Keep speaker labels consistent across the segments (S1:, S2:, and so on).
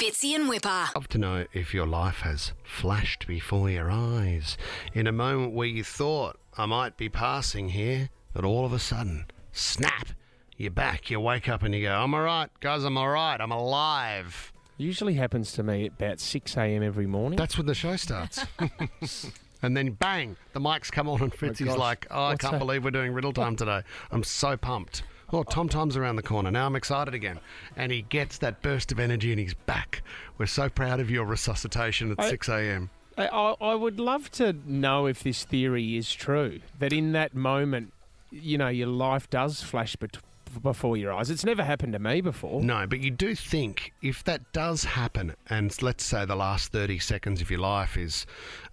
S1: Fitzy and Whipper.
S2: Love to know if your life has flashed before your eyes in a moment where you thought I might be passing here, but all of a sudden, snap, you're back. You wake up and you go, I'm all right, guys, I'm all right, I'm alive.
S3: Usually happens to me at about 6 a.m. every morning.
S2: That's when the show starts. and then bang, the mics come on, and Fritzy's
S3: gosh.
S2: like, oh, I
S3: What's
S2: can't
S3: that?"
S2: believe we're doing riddle time today. I'm so pumped. Oh, Tom Tom's around the corner. Now I'm excited again. And he gets that burst of energy and he's back. We're so proud of your resuscitation at
S3: I-
S2: 6 a.m.
S3: I, I, I would love to know if this theory is true that in that moment, you know, your life does flash bet- before your eyes. It's never happened to me before.
S2: No, but you do think if that does happen, and let's say the last 30 seconds of your life is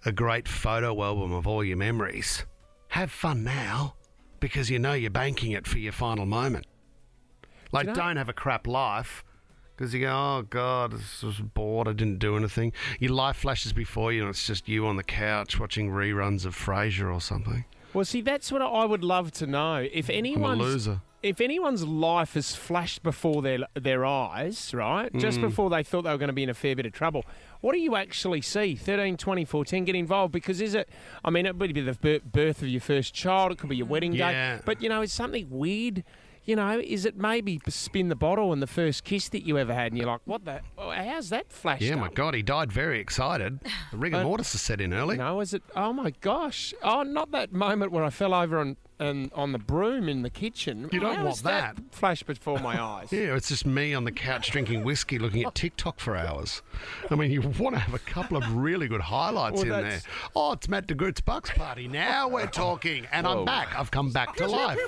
S2: a great photo album of all your memories, have fun now because you know you're banking it for your final moment. Like,
S3: you know-
S2: don't have a crap life because you go, oh God, I was just bored, I didn't do anything. Your life flashes before you, and it's just you on the couch watching reruns of Frasier or something.
S3: Well, see, that's what I would love to know. If anyone's
S2: loser.
S3: if anyone's life has flashed before their their eyes, right,
S2: Mm.
S3: just before they thought they were going to be in a fair bit of trouble, what do you actually see? 13, 24, 10, get involved because is it? I mean, it could be the bir- birth of your first child, it could be your wedding
S2: Yeah.
S3: day, but you know, it's something weird. You know, is it maybe spin the bottle and the first kiss that you ever had, and you're like, what the? oh, How's that flashed?
S2: Yeah, my
S3: up?
S2: God, he died very excited. The rigor
S3: But-
S2: mortis has set in early.
S3: No, is it? Oh my gosh! Oh, not that moment where I fell over on and on the broom in the kitchen.
S2: You don't
S3: How
S2: want
S3: is that.
S2: that.
S3: flash before my eyes.
S2: Yeah, it's just me on the couch drinking whiskey,
S3: Oh.
S2: looking at TikTok for hours. I mean, you want to have a couple of really good highlights
S3: Well,
S2: in there.
S3: that's-
S2: Oh, it's Matt de Groot's Bucks party. Now we're talking, and I'm
S3: Whoa.
S2: back. I've come back to life.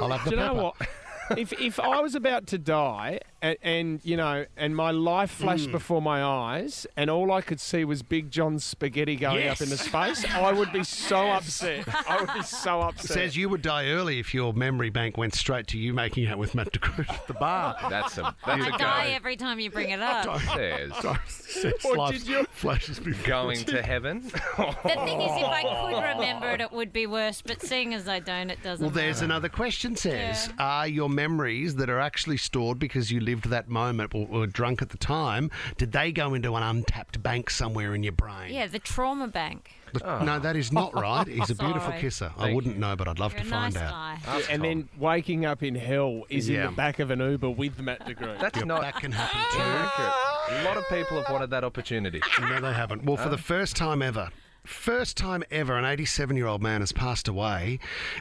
S2: I'll have the
S3: Do you know
S2: pepper.
S3: what? if if I was about to die and, and you know and my life
S2: Mm.
S3: flashed before my eyes and all I could see was Big John's spaghetti going
S2: Yes.
S3: up into space, I would be so upset. I would be so upset.
S2: Says you would die early if your memory bank went straight to you making out with Matt de Groot at the bar.
S4: That's a that's a
S5: I
S4: go.
S5: die every time you bring it up.
S4: There's
S2: Says
S3: Or
S2: life
S3: did you-
S2: flashes before.
S4: going to heaven.
S5: The thing is, if I
S2: Oh.
S5: could remember it, it would be worse. But seeing as I don't, it doesn't.
S2: Well, there's another question. Says, are your memories that are actually stored because you lived that moment or were drunk at the time? Did they go into an untapped bank somewhere in your brain?
S5: Yeah, the trauma bank.
S2: But No, that is not right. He's a beautiful
S5: Sorry.
S2: kisser. I
S4: Thank
S2: wouldn't know, but I'd love
S5: You're a
S2: to find
S5: nice
S2: out.
S5: guy.
S3: and then waking up in hell is
S2: Yeah.
S3: in the back of an Uber with Matt DeGroote.
S4: That's
S2: Yeah,
S4: not
S2: that can happen too.
S4: accurate. A lot of people have wanted that opportunity.
S2: No, they haven't. Well, for the first time ever, first time ever, an 87 year old man has passed away.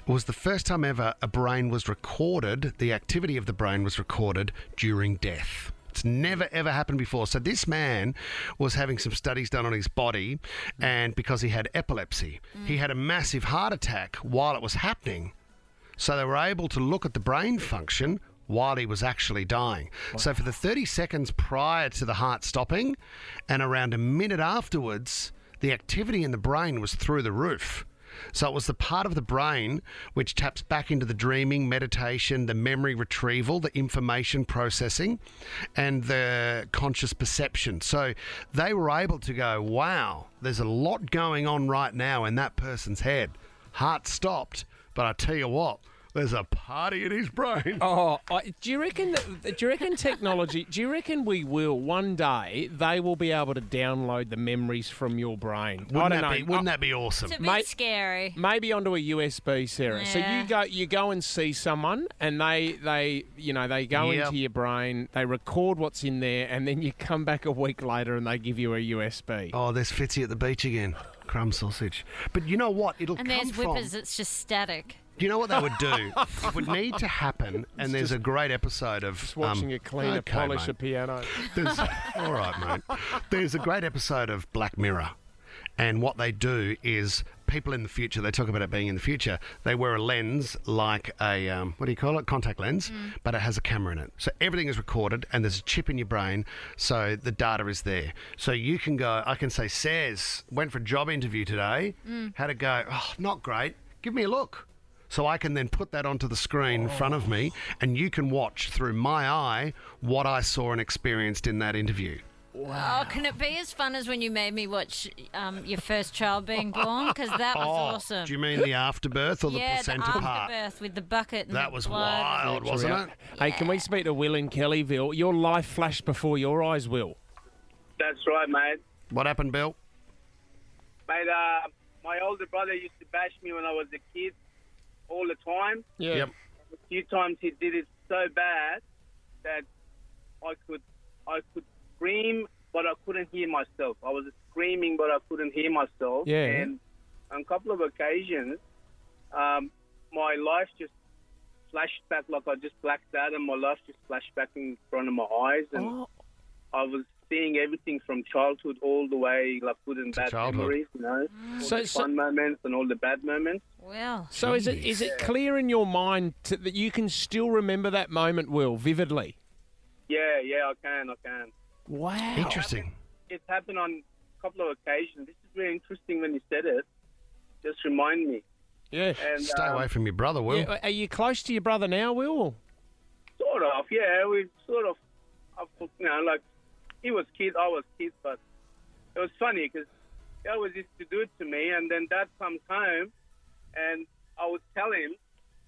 S2: It was the first time ever a brain was recorded, the activity of the brain was recorded during death. It's never ever happened before. So this man was having some studies done on his body, and because he had epilepsy, he had a massive heart attack while it was happening. So they were able to look at the brain function while he was actually dying. So for the 30 seconds prior to the heart stopping and around a minute afterwards, the activity in the brain was through the roof. So it was the part of the brain which taps back into the dreaming, meditation, the memory retrieval, the information processing, and the conscious perception. So they were able to go, wow, there's a lot going on right now in that person's head. Heart stopped, but I tell you what, there's a party in his brain.
S3: Oh, I, do you reckon? that- Do you reckon technology? Do you reckon we will one day they will be able to download the memories from your brain?
S2: wouldn't
S3: I don't
S2: that
S3: know.
S2: be? Wouldn't
S3: Uh,
S2: that be awesome?
S5: It's a bit
S3: Mate-
S5: scary.
S3: Maybe onto a USB, Sarah. So
S5: Yeah.
S3: you go, you go and see someone, and they, they, you know, they go
S2: Yep.
S3: into your brain, they record what's in there, and then you come back a week later and they give you a USB.
S2: Oh, there's Fitzy at the beach again. Crumb sausage. But you know what? It'll
S5: And
S2: come
S5: there's
S2: from.
S5: whippers. It's just static.
S2: Do you know what they would do? it would need to happen, and there's a great episode of
S3: Just watching
S2: um,
S3: a cleaner
S2: okay,
S3: polish a
S2: mate.
S3: piano.
S2: There's, all right, mate. There's a great episode of Black Mirror, and what they do is people in the future. They talk about it being in the future. They wear a lens like a um, what do you call it? Contact lens, but it has a camera in it. So everything is recorded, and there's a chip in your brain, so the data is there. So you can go. I can say, says went for a job interview today. Had to go. Oh, not great. Give me a look so I can then put that onto the screen in front of me,
S5: Oh.
S2: and you can watch through my eye what I saw and experienced in that interview.
S5: Oh, can it be as fun as when you made me watch um, your first child being born? Because that was awesome.
S2: Oh, Do you mean the afterbirth or the
S5: yeah, the
S2: placenta part?
S5: afterbirth with the bucket. And
S2: That
S5: the
S2: was
S5: blood.
S2: wild, wasn't it?
S3: Hey, can we speak to Will and Kellyville? Your life flashed before your eyes, Will.
S1: That's right, mate.
S2: What happened, Bill?
S1: Mate, uh, my older brother used to bash me when I was a kid all the time.
S3: Yeah.
S2: Yep.
S1: A few times he did it so bad that I could I could scream, but I couldn't hear myself. I was screaming, but I couldn't hear myself.
S3: Yeah.
S1: And on a couple of occasions, um, my life just flashed back like I just blacked out, and my life just flashed back in front of my eyes, and
S3: Oh,
S1: I was seeing everything from childhood all the way, like good and
S2: To
S1: bad
S2: childhood.
S1: memories, you know, all
S3: So-
S1: the
S3: so-
S1: fun moments and all the bad moments.
S5: Well,
S3: so is it is it clear in your mind to, that you can still remember that moment, Will, vividly?
S1: Yeah, yeah, I can, I can.
S3: Wow.
S2: Interesting.
S1: It's happened on a couple of occasions. This is very interesting when you said it. Just remind me.
S3: Yeah.
S1: And
S2: Stay
S1: um,
S2: away from your brother, Will.
S3: Yeah, Are you close to your brother now, Will?
S1: Sort of, yeah. We sort of, of course, you know, like he was kid, I was kid, but it was funny because he always used to do it to me, and then Dad comes home, and I would tell him,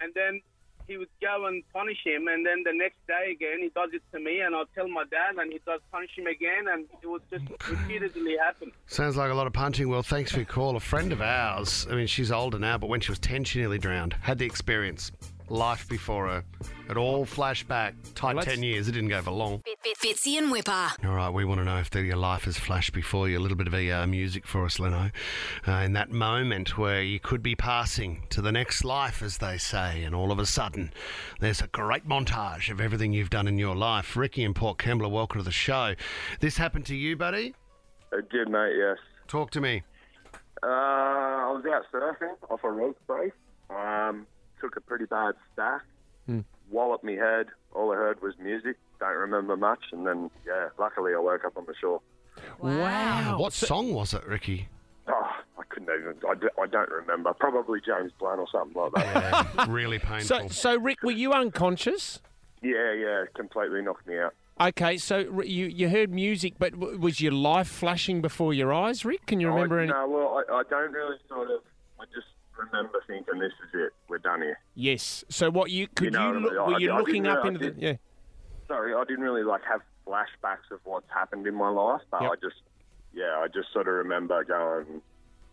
S1: and then he would go and punish him, and then the next day again he does it to me, and I'll tell my dad, and he does punish him again, and it was just repeatedly happen.
S2: Sounds like a lot of punching. Well, thanks for your call. A friend of ours, I mean, she's older now, but when she was 10, she nearly drowned. Had the experience. Life before her. It all flashed back. Tight
S3: Let's-
S2: 10 years. It didn't go for long.
S6: Fitzy and Whipper.
S2: All right, we want to know if the, your life has flashed before you. A little bit of ER music for us, Leno. Uh, in that moment where you could be passing to the next life, as they say, and all of a sudden there's a great montage of everything you've done in your life. Ricky and Port Kembla, welcome to the show. This happened to you, buddy?
S7: It did, mate, yes.
S2: Talk to me.
S7: Uh, I was out surfing off a rope break. Um, took a pretty bad stack.
S3: Hmm.
S7: Walloped me head. All I heard was music. Don't remember much. And then, yeah, luckily I woke up on the shore.
S5: wow.
S2: What song was it, Ricky?
S7: Oh, I couldn't even, I, d- I don't remember. Probably James Blunt or something like that.
S2: Um, really
S3: So,
S2: painful.
S3: so Rick, were you unconscious?
S7: yeah, yeah, completely knocked me out.
S3: Okay, so r- you you heard music, but w- was your life flashing before your eyes, Rick? Can you remember
S7: I,
S3: any?
S7: Oh, No, well, I, I don't really sort of, I just remember thinking this is it. We're done here.
S3: Yes. So what you could you,
S7: know,
S3: look,
S7: I-
S3: were you
S7: I- I
S3: looking
S7: didn't
S3: up
S7: know,
S3: into
S7: I
S3: the yeah?
S7: sorry, I didn't really like have flashbacks of what's happened in my life, but
S3: Yep.
S7: I just, yeah, I just sort of remember going,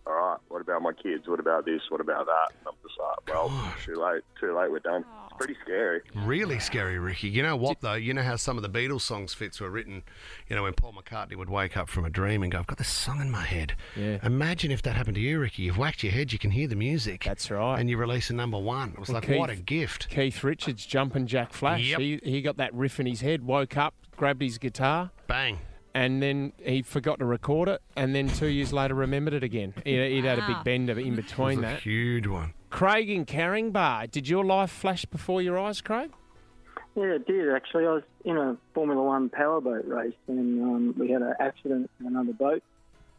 S7: all right, what about my kids? What about this? What about that? And I'm just like, well, too late, too late, we're done. It's pretty scary.
S2: really scary, Ricky. You know what, though? You know how some of the Beatles songs fits were written, you know, when Paul McCartney would wake up from a dream and go, I've got this song in my head.
S3: Yeah.
S2: Imagine if that happened to you, Ricky. You've whacked your head, you can hear the music.
S3: That's right.
S2: And you release a number one. It was like,
S3: Keith-
S2: what a gift.
S3: Keith Richards, Jumpin' Jack Flash.
S2: Yep.
S3: He he got that riff in his head, woke up, grabbed his guitar,
S2: Bang.
S3: and then he forgot to record it, and then two years later remembered it again. He, he'd had a
S5: Wow.
S3: big bender in
S2: It
S3: between
S2: was a
S3: that.
S2: huge one.
S3: Craig in Carringbar, did your life flash before your eyes, Craig?
S8: Yeah, it did actually. I was in a Formula One powerboat race, and um, we had an accident with another boat,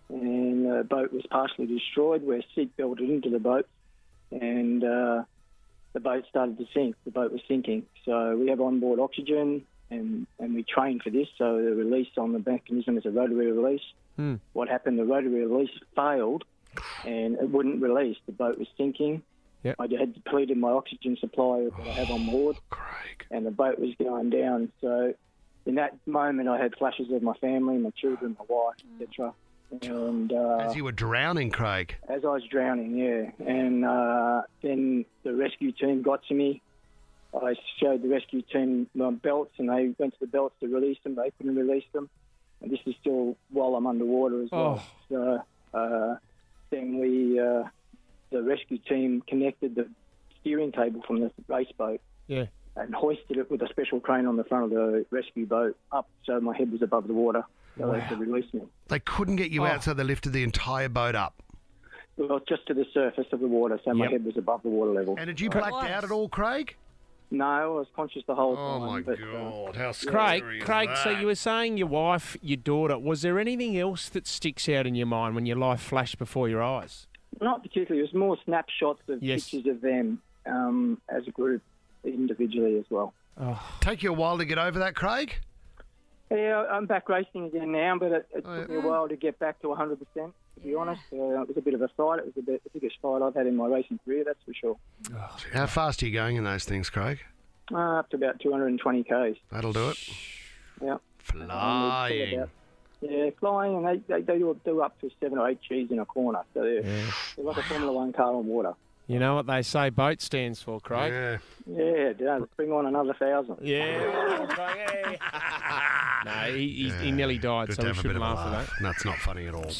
S8: and the boat was partially destroyed. We're seat belted into the boat, and uh, the boat started to sink. The boat was sinking, so we have onboard oxygen, and and we trained for this. So the release on the mechanism is a rotary release. What happened? The rotary release failed, and it wouldn't release. The boat was sinking.
S3: Yep.
S8: I had depleted my oxygen supply that I have on board
S2: Craig.
S8: and the boat was going down. So in that moment, I had flashes of my family, my children, my wife, etc. And uh,
S2: As you were drowning, Craig.
S8: as I was drowning, yeah. And uh, then the rescue team got to me. I showed the rescue team my belts, and they went to the belts to release them. They couldn't release them. And this is still while I'm underwater as well.
S2: Oh.
S8: So uh, then we, uh, the rescue team, connected the steering cable from the race boat
S3: Yeah.
S8: and hoisted it with a special crane on the front of the rescue boat up so my head was above the water. So they could release me.
S2: They couldn't get you out, so they lifted the entire boat up.
S8: Well, just to the surface of the water, so my
S3: Yep.
S8: head was above the water level.
S2: And had you blacked
S5: Christ.
S2: out at all, Craig?
S8: No, I was conscious the whole
S2: Oh,
S8: time.
S2: my
S8: but, uh,
S2: God. How scary.
S3: Craig,
S2: is
S3: Craig. So
S2: that?
S3: you were saying your wife, your daughter. Was there anything else that sticks out in your mind when your life flashed before your eyes?
S8: not particularly. It was more snapshots of
S3: Yes.
S8: pictures of them um, as a group, individually as well.
S2: Take you a while to get over that, Craig?
S8: Yeah, I'm back racing again now, but it, it
S2: Oh, yeah.
S8: took me a while to get back to 100%, to be honest. Uh, it was a bit of a fight. It was a bit, the biggest fight I've had in my racing career, that's for sure.
S2: How fast are you going in those things, Craig?
S8: Uh, up to about 220 k's.
S2: That'll do it.
S8: Yeah. Um, it's still
S2: Flying.
S8: about Yeah, flying, and they, they, they do, do up to seven or eight G's in a corner. So they're, they're like a Formula One car on water.
S3: You know what they say boat stands for, Craig?
S2: Yeah.
S8: Yeah, it does. Bring on another thousand.
S3: Yeah. Craig, hey. no, he, he's, he nearly died,
S2: Good
S3: so
S2: to
S3: we
S2: have a bit
S3: shouldn't
S2: of a
S3: laugh at
S2: laugh. That's not funny at all.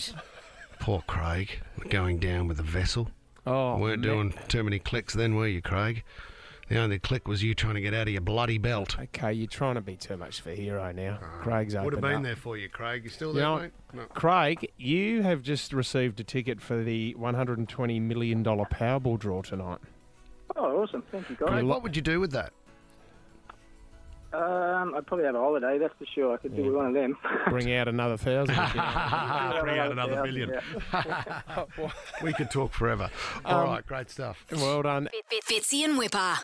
S2: Poor Craig, going down with the vessel.
S3: that. Oh,
S2: weren't
S3: man.
S2: doing too many clicks then, were you, Craig? The only click was you trying to get out of your bloody belt.
S3: Okay, you're trying to be too much for hero now. Craig's opened
S2: Would have Uh, been
S3: up.
S2: there for you, Craig. You still
S3: You
S2: there,
S3: know,
S2: mate? No.
S3: Craig, you have just received a ticket for the $120 million Powerball draw tonight.
S8: Oh, awesome. Thank you, guys.
S2: Craig, what would you do with that?
S8: Um, I'd probably have a holiday, that's for sure. I could do with one of them.
S3: Bring out another thousand. if you know.
S2: Bring out another
S8: Yeah,
S2: million.
S8: yeah.
S3: Um,
S2: We could talk forever. All right, great stuff.
S3: well done.
S6: Fit- Fit- Fitzy and Whipper.